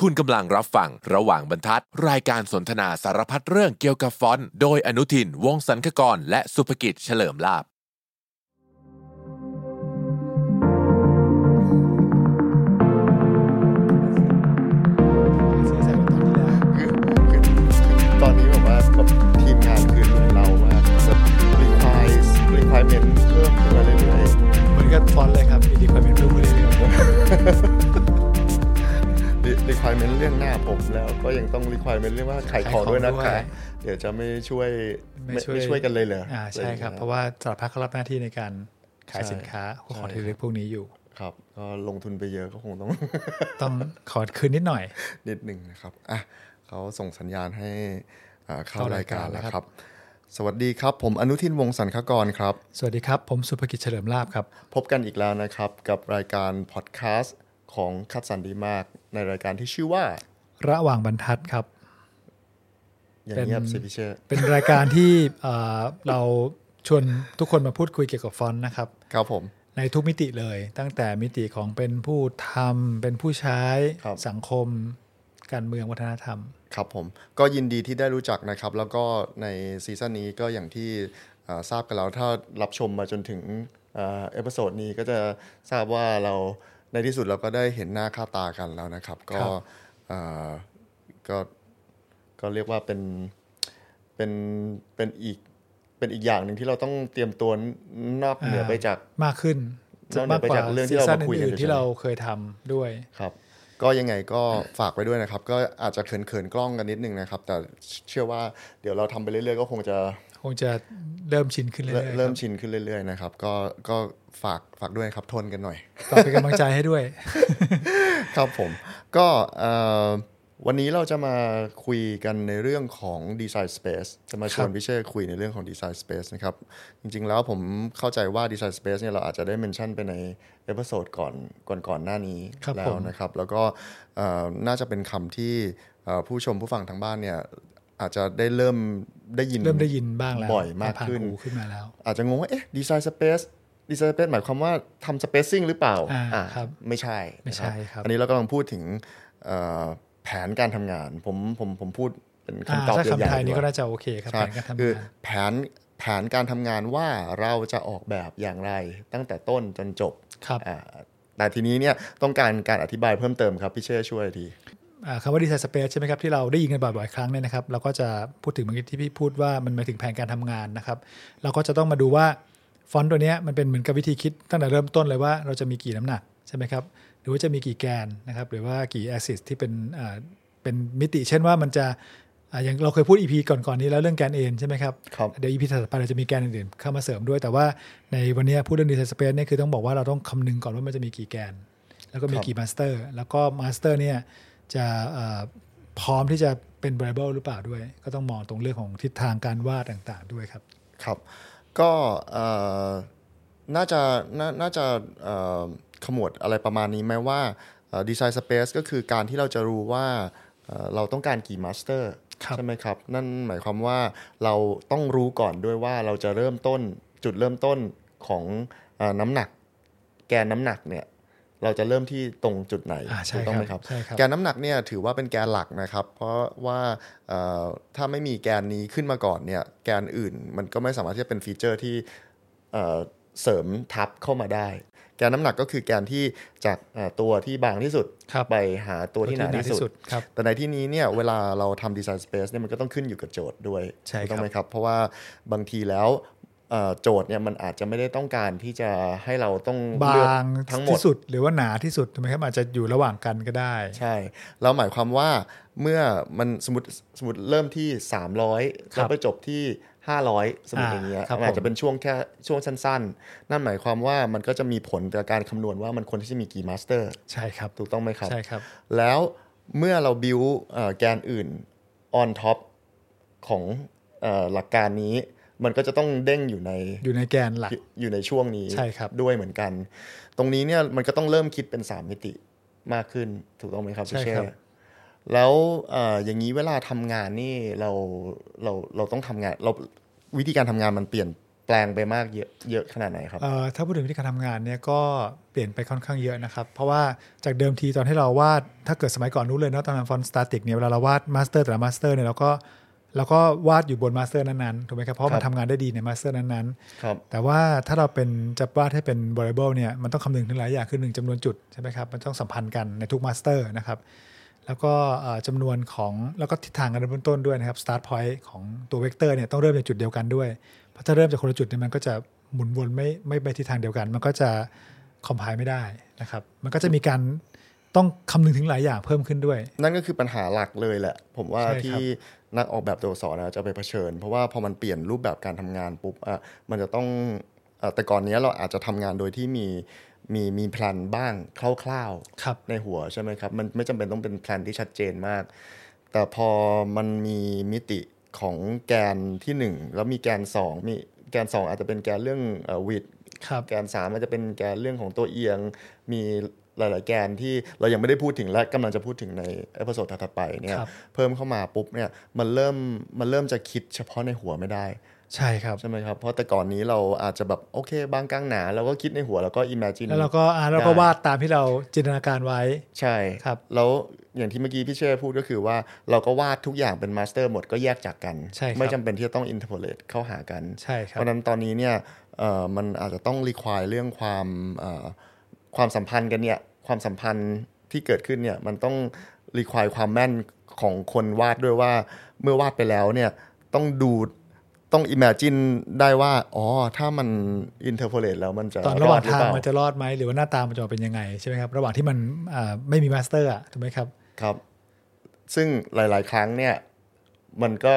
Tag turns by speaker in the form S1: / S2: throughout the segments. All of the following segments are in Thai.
S1: คุณกำลังรับฟังระหว่างบรรทัด รายการสนทนาสารพัดเรื่องเกี่ยวกับฟอนต์โดยอนุทิน วงศ์สันคกร และสุภกิจเฉลิมลาบ
S2: เสียใจกว่าตอนที่แล้ว
S3: คือคือตอนนี้แบบว่าแบบทีมงานคือลุมเรามากแบบ requires requirement เพิ่มขึ้นมาเรื่อย
S2: เหมือนกับฟอนต์เลยครับมีดีความเป็นรูปเลย
S3: ๆ Re- requirement เรื่องหน้าผมแล้วก็ยังต้อง requirement เรื่องว่าขายของด้วยนะคะ เดี๋ยวจะไม่ช่วยไม่ไม่ช่วยกันเลยเหรอ
S2: อ่าใช่ครับ
S3: อไอย่งงี้ย
S2: เพราะว่าสารพัดเขารับหน้าที่ในการขาย
S3: ใช่
S2: สินค้าของ
S3: ใช่
S2: ที่ระลึกพวกนี้อยู่
S3: ครับก็ลงทุนไปเยอะก็คงต้อง
S2: ต้องขอคืนนิดหน่อย
S3: นิดหนึ่งนะครับอ่ะเขาส่งสัญญาณให้อ่า
S2: เข้าราร
S3: เข้าาย ย
S2: กา
S3: การ ร
S2: แล้
S3: แล้ว ว
S2: ครับ
S3: ครับ สวัสดีครับ ผมอนุทินวงศ์สันคกรครับ
S2: สวัสดีครับ ผมสุภกิจเฉลิมลาบครับ
S3: พบกันอีกแล้วนะครับ กับรายการพอดแคสต์ของคัดสรรดีมาก ในรายการที่ชื่อว่า
S2: ระหว่างบรรทัดครับ
S3: อย่าง
S2: เป็น
S3: เงียบสิพิเชษ
S2: เป็นรายการที่เอ่ อเราชวนทุกคนมาพูดคุยเกี่ยวกับฟอนต์นะครับ
S3: ครับผม
S2: ในทุกมิติเลย ตั้งแต่มิติของเป็นผู้ทำเป็นผู้ใช้
S3: ครับ
S2: สังคม การเมืองวัฒนธรรม
S3: ครับผมก็ยินดีที่ได้รู้จักนะครับ แล้วก็ในซีซั่นนี้ก็อย่างที่เอ่อทราบกันแล้วถ้ารับชมมาจนถึงเอ่อเอพิโซดนี้ก็จะทราบว่าเราในที่สุดเราก็ได้เห็นหน้าค่าตากันแล้วนะครับ
S2: ค
S3: ก็
S2: รับ
S3: เอ่อก็ก็เรียกว่าเป็นเป็นเป็นอีกเป็นอีกอย่างหนึ่งที่เราต้องเตรียมตัวนอกเหนือไปจาก
S2: มากขึ้น
S3: นอกเหนือไปจากเรื่องที่
S2: ซี
S3: เรา
S2: ซั่น
S3: มาคุยกัน
S2: อื่นๆ
S3: เฉยๆ
S2: ที่เราเคยทำด้วย
S3: ครับ ก็ยังไงก็ฝากไว้ด้วยนะครับ ก็อาจจะเขินๆกล้องกันนิดนึงนะครับ แต่เชื่อว่าเดี๋ยวเราทำไปเรื่อยๆก็คงจะ
S2: คงจะเริ่มชินขึ้นเรื่
S3: เริ่
S2: อ
S3: ม
S2: ยๆ
S3: เริ่ม
S2: ค
S3: ชินขึ้นเรื่อยๆนะครับ ก็ก็ฝากฝากด้วยครับทนกันหน่อย
S2: บ ฝากเป็นกำลังใจให้ด้วย
S3: ครับผม ก็เอ่อวันนี้เราจะมาคุยกันในเรื่องของ Design Space จะมาชว
S2: ค
S3: น
S2: รับ
S3: พิเชษคุยในเรื่องของ Design Space นะครับ จริงๆแล้วผมเข้าใจว่า Design Space เนี่ยเราอาจจะได้เมนชั่นไปในเอพิโซดก่อนก่อนก่อนหน้านี้
S2: ครับ
S3: แล้ว
S2: ผม
S3: นะ นะครับแล้วก็เอ่อน่าจะเป็นคำที่เอ่อผู้ชมผู้ฟังทางบ้านเนี่ยอาจจะได้เริ่มได้ยิน
S2: เริ่มได้ยินบ้างแล้ว
S3: บ่อยมาก
S2: ผ่าน
S3: ขึ้น
S2: หูขึ้นมาแล้ว
S3: อาจจะงงว่าเอ๊ะดีไซน์สเปซดีไซน์สเปซหมายความว่าทำสเปซซิ่งหรือเปล่า
S2: อ่า
S3: อ่ะ
S2: ครับ
S3: ไม่ใช่
S2: ไม่ใช่
S3: นะครับ อันนี้เรากำลังพูดถึงเอ่อแผนการทำงาน ผมผมผมพูดเป็น
S2: อ่า
S3: คำตอบ
S2: ถ้า
S3: ใหญ่
S2: คำ
S3: ๆ
S2: ไทย
S3: ดี
S2: นี้
S3: ก
S2: ก็
S3: ว่า
S2: น่าจะโอเคครับ
S3: ใช่
S2: การ
S3: คือง
S2: ทำาน
S3: แผนแผนการทำงานว่าเราจะออกแบบอย่างไร ตั้งแต่ต้นจนจบ
S2: ครับ
S3: อ่าแต่ทีนี้เนี่ยต้องการการอธิบายเพิ่มเติมครับพี่เช่ช่วยที
S2: อ่าคำว่าดีไซน์สเปซใช่ไหมครับที่เราได้ยินกันบ่อยๆครั้งเนี่ยนะครับ เราก็จะพูดถึงเมื่อกี้ที่พี่พูดว่ามันหมายถึงแผนการทำงานนะครับ เราก็จะต้องมาดูว่าฟอนต์ตัวเนี้ยมันเป็นเหมือนกับวิธีคิดตั้งแต่เริ่มต้นเลยว่าเราจะมีกี่น้ำหนักใช่ไหมครับหรือว่าจะมีกี่แกนนะครับหรือว่ากี่แอซิสที่เป็นอ่าเป็นมิติ เช่นว่ามันจะอ่าอย่างเราเคยพูด EP ก่อนๆนี้แล้วเรื่องแกนเอ็นใช่ไหมครับ
S3: ครับ
S2: เดี๋ยว EP ถัดไปเราจะมีแกนอื่นๆเข้ามาเสริมด้วย แต่ว่าในวันนี้พูดเรื่อง Design Space เนี่ยคือต้องบอกว่าเราต้องคำนึงก่อนว่ามันจะมีกี่แกน แล้วก็มี
S3: ครับ
S2: กี่มาสเตอร์ แล้วก็มาสเตอร์เนี่ยจะเอ่อพร้อมที่จะเป็น variable หรือเปล่าด้วย ก็ต้องมองตรงเรื่องของทิศทางการวาดต่างๆด้วยครับ
S3: ครับ ก็เอ่อน่าจะนาน่าจะเอ่อขมวดอะไรประมาณนี้ไหมว่าดีไซน์สเปซก็คือการที่เราจะรู้ว่าเอ่อเราต้องการกี่มาสเตอร์
S2: ครับ
S3: ใช่ไหมครับ นั่นหมายความว่าเราต้องรู้ก่อนด้วยว่าเราจะเริ่มต้นจุดเริ่มต้นของเออน้ำหนัก แกนน้ำหนักเนี่ยเราจะเริ่มที่ตรงจุดไหน
S2: อ่าใช่
S3: ถูก
S2: ค
S3: ต้
S2: รับ
S3: องไหมครับ
S2: ใช่ครับ
S3: แกนน้ำหนักเนี่ยถือว่าเป็นแกนหลักนะครับ เพราะว่าเอ่อถ้าไม่มีแกนนี้ขึ้นมาก่อนเนี่ยแกนอื่นมันก็ไม่สามารถที่จะเป็นฟีเจอร์ที่เอ่อเสริมทับเข้ามาได้ แกนน้ำหนักก็คือแกนที่จากเอ่อตัวที่บางที่สุด
S2: ครับ
S3: ไปหาตัวที่หนาที่สุด
S2: ครับ
S3: แต่ในที่นี้เนี่ยเวลาเราทำดีไซน์สเปซเนี่ยมันก็ต้องขึ้นอยู่กับโจทย์ด้วย
S2: ใช่ครับ
S3: ถูกต้องไหมครับ เพราะว่าบางทีแล้วเอ่อโจทย์เนี่ยมันอาจจะไม่ได้ต้องการที่จะให้เราต้อง
S2: บ
S3: เลือก
S2: าง
S3: ทั้งหมด
S2: ที่สุดหรือว่าหนาที่สุดถูกไหมครับอาจจะอยู่ระหว่างกันก็ได้
S3: ใช่ แล้วหมายความว่าเมื่อมันสมมติสมมติเริ่มที่ 300
S2: ครั
S3: แล้
S2: บ
S3: วไปจบที่ 500 สมมติ
S2: อ่า
S3: อย่างเงี้ย
S2: ครับ
S3: มันอาจ
S2: ผม
S3: จะเป็นช่วงแค่ช่วงสั้นๆ นั่นหมายความว่ามันก็จะมีผลต่อการคำนวณว่ามันควรที่จะมีกี่มาสเตอร์
S2: ใช่ครับ
S3: ถูกต้องไหมครับ
S2: ใช่ครับ
S3: แล้วเมื่อเราบิวแกนอื่น on top ของเออหลักการนี้ มันก็จะต้องเด้งอยู่ใน
S2: อยู่ในแกนหลัก
S3: อยู่อยู่ในช่วงนี้
S2: ใช่ครับ
S3: ด้วยเหมือนกัน ตรงนี้เนี่ยมันก็ต้องเริ่มคิดเป็น 3 มิติมากขึ้นถูกต้องไหมครับ
S2: ใช่ครับ
S3: พี่เชษแล้วเอออย่างนี้เวลาทำงานนี่เราเราเราต้องทำงานเราวิธีการทำงานมันเปลี่ยน แปลงไปมากเยอะเยอะขนาดไหนครับ
S2: เอ่อถ้าพูดถึงวิธีการทำงานเนี่ยก็เปลี่ยนไปค่อนข้างเยอะนะครับ เพราะว่าจากเดิมทีตอนที่เราวาดถ้าเกิดสมัยก่อนนู้นเลยเนาะตอนทำฟอนต์สตาติกเนี่ยเวลาเราวาดมาสเตอร์แต่ละมาสเตอร์เนี่ยเราก็เราก็วาดอยู่บนมาสเตอร์นั้นๆถูกไหมครับเพราะ
S3: ครั
S2: มั
S3: บ
S2: นทำงานได้ดีในมาสเตอร์นั้นๆ
S3: ครับ
S2: แต่ว่าถ้าเราเป็นจะวาดให้เป็น variable เนี่ยมันต้องคำนึงถึงหลายอย่างคือหนึ่งจำนวนจุดใช่ไหมครับมันต้องสัมพันธ์กันในทุกมาสเตอร์นะครับแล้วก็เอ่อจำนวนของแล้วก็ทิศทางการเริ่มต้นด้วยนะครับ start point ของตัวเวกเตอร์เนี่ยต้องเริ่มจากจุดเดียวกันด้วย เพราะถ้าเริ่มจากคนละจุดเนี่ยมันก็จะหมุนวนไม่ไม่ไปทิศทางเดียวกัน มันก็จะคอมไพล์ไม่ได้นะครับมันก็จะมีการต้องคำนึงถึงหลายอย่างเพิ่มขึ้นด้วย
S3: นั่นก็คือปัญหาหลักเลยแหละ ผมว่า
S2: ใช่ครับ
S3: ที่นักออกแบบตัวอักษรนะจะไปเผชิญ เพราะว่าพอมันเปลี่ยนรูปแบบการทำงานปุ๊บอ่ะมันจะต้องอะแต่ก่อนเนี้ยเราอาจจะทำงานโดยที่มีมีมีแพลนบ้างคร่าว
S2: ครับ
S3: ๆ ในหัวใช่ไหมครับ มันไม่จำเป็นต้องเป็นแพลนที่ชัดเจนมาก แต่พอมันมีมิติของแกนทีหนึ่งแล้วมีแกนสองมีแกนสองอาจจะเป็นแกนเรื่องวิด
S2: ครับ
S3: แกนสามอาจจะเป็นแกนเรื่องของตัวเอียง มีหลาย ๆ แกนที่เรายังไม่ได้พูดถึงและกำลังจะพูดถึงในเอพิโซดถัดๆไปเนี่ย
S2: ครับ
S3: เพิ่มเข้ามาปุ๊บเนี่ยมันเริ่มมันเริ่มจะคิดเฉพาะในหัวไม่ได้
S2: ใช่ครับ
S3: ใช่ไหมครับ เพราะแต่ก่อนนี้เราอาจจะแบบโอเค บางกลางหนาเราก็คิดในหัวแล้วก็ imagine
S2: แล้วเราก็อ่าเราก็
S3: ได้
S2: วาดตามที่เราจินตนาการไว้
S3: ใช่
S2: ครับ
S3: แล้วอย่างที่เมื่อกี้พี่เช่พูดก็คือว่าเราก็วาดทุกอย่างเป็นมาสเตอร์หมดก็แยกจากกัน
S2: ใช่ครับ
S3: ไม่จำเป็นที่จะต้อง interpolate เข้าหากัน
S2: ใช่ครับ
S3: เพราะฉะนั้นตอนนี้เนี่ยเอ่อมันอาจจะต้องรีควายเรื่องความเอ่อความสัมพันธ์กันเนี่ยความสัมพันธ์ที่เกิดขึ้นเนี่ยมันต้องรีควายความแม่นของคนวาดด้วยว่า เมื่อวาดไปแล้วเนี่ยต้องดูต้องอิมเมจินได้ว่าอ๋อถ้ามันอินเทอร์โพเลตแล้วมันจะ
S2: ตอนระหว่าง
S3: ดอ
S2: ทาง
S3: เปล่
S2: มันจะรอดไหมหรือว่าหน้าตามันจะออกเป็นยังไงใช่ไหมครับระหว่างที่มันอ่าไม่มีมาสเตอร์อะถูกไหมครับ
S3: ครับ ซึ่งหลาย ๆ ครั้งเนี่ยมันก็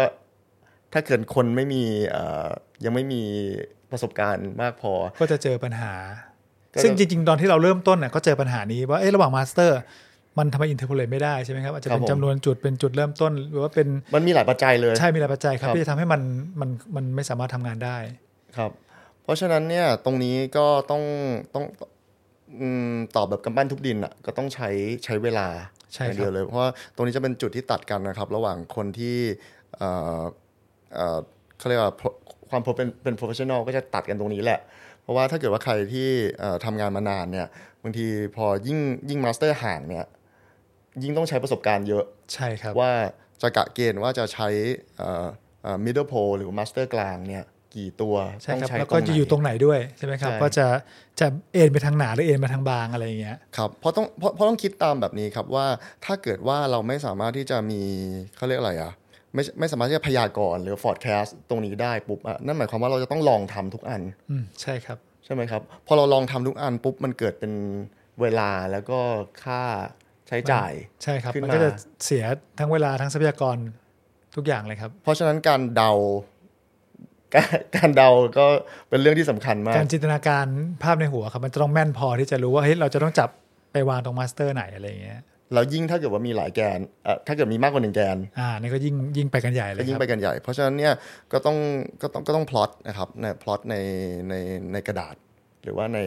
S3: ถ้าเกิดคนไม่มีเอ่อยังไม่มีประสบการณ์มากพอ
S2: ก็จะเจอปัญหา
S3: ก็จะ
S2: ซึ่งจริง ๆ ตอนที่เราเริ่มต้นน่ะก็เจอปัญหานี้ว่าเอ๊ะระหว่างมาสเตอร์ มันทำไมอินเทอร์โพเลตไม่ได้ใช่ไหมครับอาจจะเป็นจำนวนจุดเป็นจุดเริ่มต้น หรือว่าเป็น
S3: มันมีหลายปัจจัยเลย
S2: ใช่มีหลายปัจจัยครับ
S3: ครับ
S2: ที่จะทำให้มันมันมันไม่สามารถทำงานได้
S3: ครับ เพราะฉะนั้นเนี่ยตรงนี้ก็ต้องต้องอืมตอบแบบกำปั้นทุบดินอ่ะก็ต้องใช้ใช้เวลา
S2: ใช่
S3: อ
S2: ครับ
S3: ย่างเดียวเลย เพราะว่าตรงนี้จะเป็นจุดที่ตัดกันนะครับ ระหว่างคนที่เอ่อเอ่อเขาเรียกว่า pro- ความ pro- เป็นเป็น professional ก็จะตัดกันตรงนี้แหละ เพราะว่าถ้าเกิดว่าใครที่เอ่อทำงานมานานเนี่ยบางทีพอยิ่งยิ่งมาสเตอร์ห่างเนี่ยยิ่งต้องใช้ประสบการณ์เยอะ
S2: ใช่ครับ
S3: ว่าจะกะเกณฑ์ว่าจะใช้เอ่อเอ่อ middle pole หรือ master กลางเนี่ยกี่ตัว
S2: ใช่
S3: ต้อ
S2: ครับ
S3: งใช้
S2: แล้ว
S3: ตร
S2: ก็
S3: งไห
S2: จะอยู่ต
S3: น
S2: รงไหนด้วยใช่ไหมครับ
S3: ใช่
S2: ก็จะจะเอ็นไปทางหนาหรือเอ็นไปทางบางอะไรอย่างเงี้ย
S3: ครับเพราะต้องเพราะเพราะต้องคิดตามแบบนี้ครับว่าถ้าเกิดว่าเราไม่สามารถที่จะมีเขาเรียกอะไรอะไม่ไม่สามารถที่จะพยากรณ์หรือ forecast ตรงนี้ได้ปุ๊บอะนั่นหมายความว่าเราจะต้องลองทำทุกอัน
S2: อืมใช่ครับ
S3: ใช่ไหมครับ พอเราลองทำทุกอันปุ๊บ มันเกิดเป็นเวลาแล้วก็ค่าใช้จ่าย
S2: ใช่ครับ
S3: ขึ้น
S2: มัน
S3: มา
S2: ก็จะเสียทั้งเวลาทั้งทรัพยากรทุกอย่างเลยครับ
S3: เพราะฉะนั้นการเดา การการเดาก็เป็นเรื่องที่สำคัญมาก
S2: การจินตนาการภาพในหัวครับมันจะต้องแม่นพอที่จะรู้ว่าเฮ้ยเราจะต้องจับไปวางตรงมาสเตอร์ไหนอะไรอย่างเงี้ย
S3: แล้วยิ่งถ้าเกิดว่ามีหลายแกนเอ่อถ้าเกิดมีมากกว่าหนึ่งแกน
S2: อ่านี่ก็ยิ่งยิ่งไปกันใหญ่เล
S3: ก็
S2: ยค
S3: ยิ่ง
S2: รับ
S3: ไปกันใหญ่ เพราะฉะนั้นเนี่ยก็ต้องก็ต้องก็ต้องพลอตนะครับในพลอตในในในกระดาษ หรือว่าใน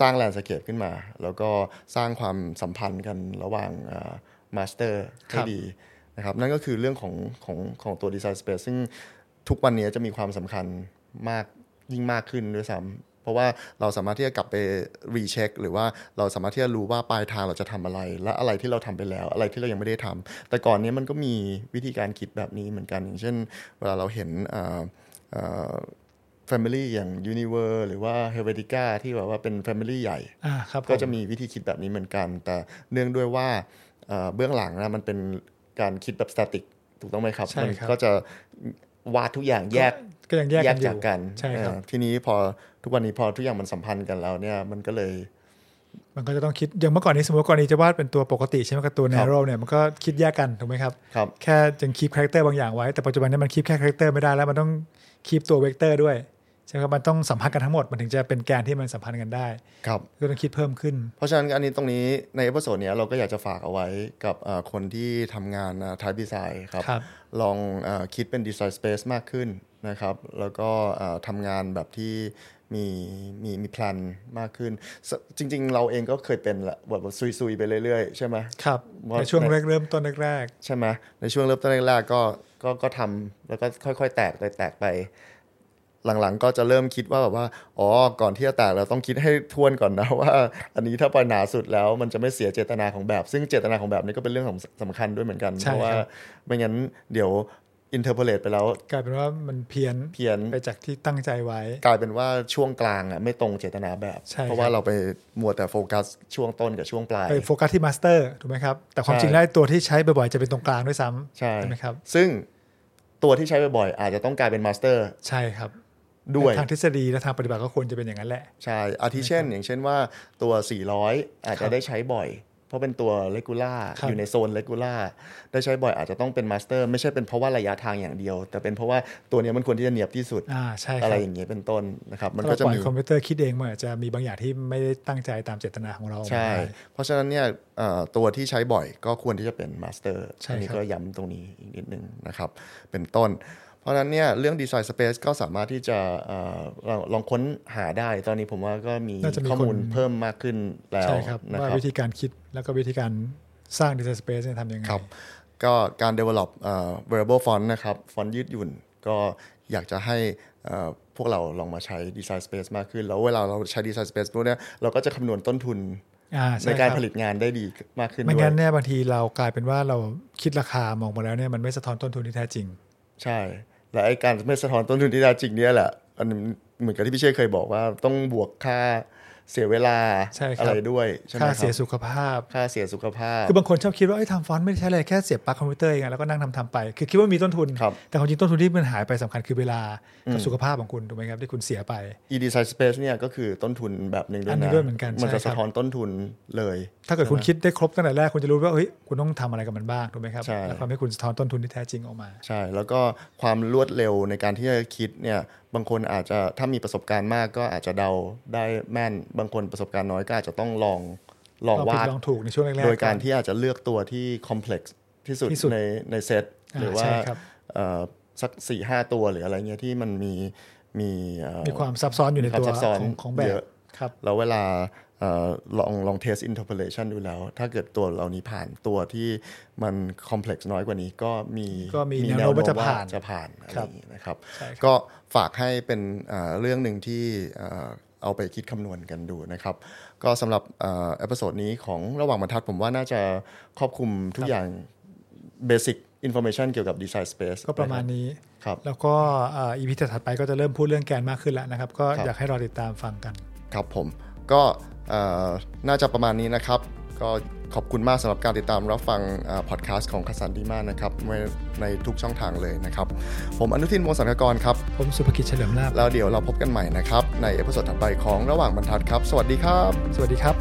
S3: สร้างแลนสเคปขึ้นมา แล้วก็สร้างความสัมพันธ์กันระหว่างมาสเตอร์ให้ดีนะครับนั่นก็คือเรื่องของของของตัวดีไซน์สเปซซึ่งทุกวันนี้จะมีความสำคัญมากยิ่งมากขึ้นด้วยซ้ำเพราะว่าเราสามารถที่จะกลับไปรีเช็คหรือว่าเราสามารถที่จะรู้ว่าปลายทางเราจะทำอะไร และอะไรที่เราทำไปแล้ว อะไรที่เรายังไม่ได้ทำแต่ก่อนเนี้ยมันก็มีวิธีการคิดแบบนี้เหมือนกันอย่างเช่น เวลาเราเห็นเอ่อเอ่อ Family อย่าง Univer หรือว่า Helvetica ที่แบบว่าเป็น Family ใหญ่
S2: อ่าครับผม
S3: ก็จะมีวิธีคิดแบบนี้เหมือนกัน แต่เนื่องด้วยว่าเอ่อเบื้องหลังนะมันเป็นการคิดแบบสแตติกถูกต้องไหมครับ มัก็จะวาดทุกอย่างแยก
S2: ก็ยังแยก
S3: แย
S2: กั
S3: ก
S2: นอยู่
S3: จากกัน
S2: ใช่ครับ
S3: เอ่อทีนี้พอทุกวันนี้พอทุกอย่างมันสัมพันธ์กันแล้วเนี่ยมันก็เลย
S2: มันก็จะต้องคิดอย่างเมื่อก่อนนี้สมมติว่ากรณีจะวาดเป็นตัวปกติใช่ไหมกับตัว narrow เนี่ยมันก็คิดแยกกันถูกไหมครับ
S3: ครับ
S2: แค่ยังคีบคาแรคเตอร์บางอย่างไว้ แต่ปัจจุบันเนี้มันคีบแค่คาแรคเตอร์ไม่ได้แล้วมันต้องคีบตัวเวกเตอร์ด้วยใช่ไหมครับมันต้องสัมพันธ์กันทั้งหมดมันถึงจะเป็นแกนที่มันสัมพันธ์กันได้
S3: ครับ
S2: ก็ต้องคิดเพิ่มขึ้น
S3: เพราะฉะนั้นอันนี้ตรงนี้ในเอพิโซดเนี้ยเราก็อยากจะฝากเอาไว้กับเอ่อคนที่ทำงานทายดีไซน์ครับ
S2: ครับ
S3: ลองเออคิดเป็นดีไซน์สเปซมากขึ้นนะครับ แล้วก็เอ่อทำงานแบบที่มีมีมีแพลนมากขึ้นสจริง ๆ เราเองก็เคยเป็นแหละแบบว่าซุย ๆ ไปเรื่อย ๆ ใช่ไหม
S2: ครับ
S3: ว่า
S2: ในช่วง
S3: ใน
S2: แรกเริ่มต้นแรก
S3: ใช่ไหมในช่วงเริ่มต้นแรกๆก็ก็ก็ทำแล้วก็ค่อย ๆ แตกไปแตกไป หลังๆ ก็จะเริ่มคิดว่าแบบว่า อ๋อ ก่อนที่จะแตกเราต้องคิดให้ทวนก่อนนะ ว่า อันนี้ถ้าไปหนาสุดแล้วมันจะไม่เสียเจตนาของแบบ ซึ่งเจตนาของแบบนี้ก็เป็นเรื่องสำสำคัญด้วยเหมือนกัน
S2: ใช่
S3: เพราะว่า
S2: ครับ
S3: ไม่งั้นเดี๋ยวอินเทอร์เพลตไปแล้ว
S2: กลายเป็นว่ามันเพี้ยน
S3: เพี้ยน
S2: ไปจากที่ตั้งใจไว้
S3: กลายเป็นว่าช่วงกลางอ่ะไม่ตรงเจตนาแบบ
S2: ใช่
S3: เพราะว่า
S2: ครับ
S3: เราไปมัวแต่โฟกัสช่วงต้นกับช่วงปลาย
S2: ไปโฟกัสที่มาสเตอร์ถูกไหมครับ แต่ความ
S3: ใช่
S2: จริงแล้วตัวที่ใช้บ่อยๆจะเป็นตรงกลางด้วยซ้ำ
S3: ใช่
S2: ไหมครับ
S3: ซึ่งตัวที่ใช้บ่อยๆอาจจะต้องกลายเป็นมาสเตอร์
S2: ใช่ครับ
S3: ด้วย
S2: ในทางทฤษฎีและทางปฏิบัติก็ควรจะเป็นอย่างนั้นแหละ
S3: ใช่ อาทิเช่น อย่างเช่นว่าตัว 400 อาจ
S2: ครั
S3: จะ
S2: บ
S3: ได้ใช้บ่อย เพราะเป็นตัวเลกูล่า
S2: ครับ
S3: อยู่ในโซนเลกูล่าได้ใช้บ่อยอาจจะต้องเป็นมาสเตอร์ไม่ใช่เป็นเพราะว่าระยะทางอย่างเดียว แต่เป็นเพราะว่าตัวเนี้ยมันควรที่จะเนียบที่สุด
S2: อ่าใช่ค
S3: อะไร
S2: รับ
S3: อย่างเงี้ยเป็นต้นนะครับ มัน
S2: ถ้า
S3: ก็
S2: เรา
S3: จะ
S2: ปล่อย
S3: มี
S2: คอมพิวเตอร์คิดเองมันอาจจะมีบางอย่างที่ไม่ได้ตั้งใจตามเจตนาของเราออกมา
S3: ใช่
S2: ได้
S3: เพราะฉะนั้นเนี่ยเอ่อตัวที่ใช้บ่อยก็ควรที่จะเป็นมาสเตอร์
S2: ใช่ครับ
S3: อันี้ก็ย้ำตรงนี้อีกนิดนึงนะครับ เป็นต้น เพราะฉะนั้นเนี่ยเรื่องดีไซน์สเปซก็สามารถที่จะเอ่อลองลองค้นหาได้ ตอนนี้ผมว่าก็มี
S2: น่าจะมี
S3: ข้อมู
S2: ค
S3: ล
S2: น
S3: เพิ่มมากขึ้นแล้ว
S2: ใช่ครับ
S3: นะ
S2: ว่า
S3: ครับ
S2: วิธีการคิดแล้วก็วิธีการสร้าง design space เนี่ยทำยังไง
S3: ครับ ก็การ develop เอ่อ variable font นะครับ ฟอนต์ยืดหยุ่น ก็อยากจะให้เอ่อพวกเราลองมาใช้ design space มากขึ้น แล้วเวลาเราใช้ design space พวกเนี้ยเราก็จะคำนวณต้นทุน
S2: อ่าใช่
S3: ในการ
S2: คบ
S3: ผลิตงานได้ดีมากขึ้น
S2: ไม่
S3: ด้ว
S2: งั้น
S3: ย
S2: เนี่ยบางทีเรากลายเป็นว่าเราคิดราคามองมาแล้วเนี่ยมันไม่สะท้อนต้นทุนที่แท้จริง
S3: ใช่ และไอ้การไม่สะท้อนต้นทุนที่แท้จริงเนี่ยแหละอันเหมือนกับที่พี่เชษเคยบอกว่าต้องบวกค่าเสียเวลา
S2: ใช่ครับ
S3: อะไรด้วยใช่ไหม
S2: ค่า
S3: ครับ
S2: เสียสุขภาพ
S3: ค่าเสียสุขภาพ
S2: คือบางคนชอบคิดว่าเอ้ยทำฟอนต์ไม่ได้ใช้อะไรแค่เสียบปลั๊กคอมพิวเตอร์เองอะแล้วก็นั่งทำทำไป คือคิดว่ามีต้นทุน
S3: ครับ
S2: แต่ความจริงต้นทุนที่มันหายไปสำคัญคือเวลากับสุขภาพของคุณถูกไหมครับที่คุณเสียไป
S3: e design space เนี่ยก็คือต้นทุนแบบหนึ่งด้ว
S2: อั
S3: ย
S2: นนี้
S3: นะ
S2: ด้วยเหมือนกัน
S3: มัน
S2: ใช่
S3: จะ
S2: ครั
S3: สะ
S2: บ
S3: ท้อนต้นทุนเลย
S2: ถ้าเกิดคุณคิดได้ครบตั้งแต่แรกคุณจะรู้ว่าเฮ้ยคุณต้องทำอะไรกับมันบ้างถูกไหมครับ
S3: ใช่
S2: แล้วทำให้คุณสะท้อนต้นทุนที่แท้จริงออกมา
S3: ใช่ แล้วก็ความรวดเร็วในการที่จะคิดเนี่ยบางคนอาจจะถ้ามีประสบการณ์มากก็อาจจะเดาได้แม่น บางคนประสบการณ์น้อยก็อาจจะต้องลองลอง
S2: ลองผิด
S3: วาด
S2: ลองถูกในช่วงแรกๆ
S3: โดยการ
S2: ก่อน
S3: ที่อาจจะเลือกตัวที่คอมเพล็กซ์ที่สุด
S2: ที่สุด
S3: ในในเซต
S2: อ่า
S3: หรือว่า
S2: ใช่ครับ
S3: เอ่อสักสี่ห้าตัวหรืออะไรเงี้ยที่มันมีมีเอ่อ
S2: มีความซับซ้อนอยู่ในตัว
S3: มีความซับซ้อน
S2: ของของแบ
S3: เย
S2: บ
S3: อะ
S2: ครับ
S3: แล้วเวลาเอ่อลองลองเทสอินเทอร์เพลชันดูแล้ว ถ้าเกิดตัวเหล่านี้ผ่านตัวที่มันคอมเพล็กซ์น้อยกว่านี้ก็มี
S2: ก็มีแนวโน้มว่าจะผ่าน
S3: จะผ่านอะไรอย่างนี้นะครับ
S2: ใช่ครับ
S3: ก็ฝากให้เป็นเอ่อเรื่องหนึ่งที่เอ่อเอาไปคิดคำนวณกันดูนะครับ ก็สำหรับเอ่อเอพิโซดนี้ของระหว่างบรรทัดผมว่าน่าจะครอบคลุมทุกอย่างเบสิกอินโฟ a t i o n เกี่ยวกับดีไซน์สเปซ
S2: ก็ประมาณนี้
S3: ครับ
S2: แล้วก็อีพีถัดๆไปก็จะเริ่มพูดเรื่องแกนมากขึ้นแล้วนะครับ ก็
S3: ครับ
S2: อยากให้รอติดตามฟังกัน
S3: ครับผมก็เอ่อน่าจะประมาณนี้นะครับ ก็ขอบคุณมากสำหรับการติดตามรับฟังพอดแคสต์ของคสันดีมากนะครับในในทุกช่องทางเลยนะครับ ผมอนุทินวงศ์สังกกรครับ
S2: ผมสุภกิจเฉลิมลาภ
S3: แล้วเดี๋ยวเราพบกันใหม่นะครับ ในเอพิโซดถัดไปของระหว่างบรรทัดครับ สวัสดีครับ
S2: สวัสดีครับ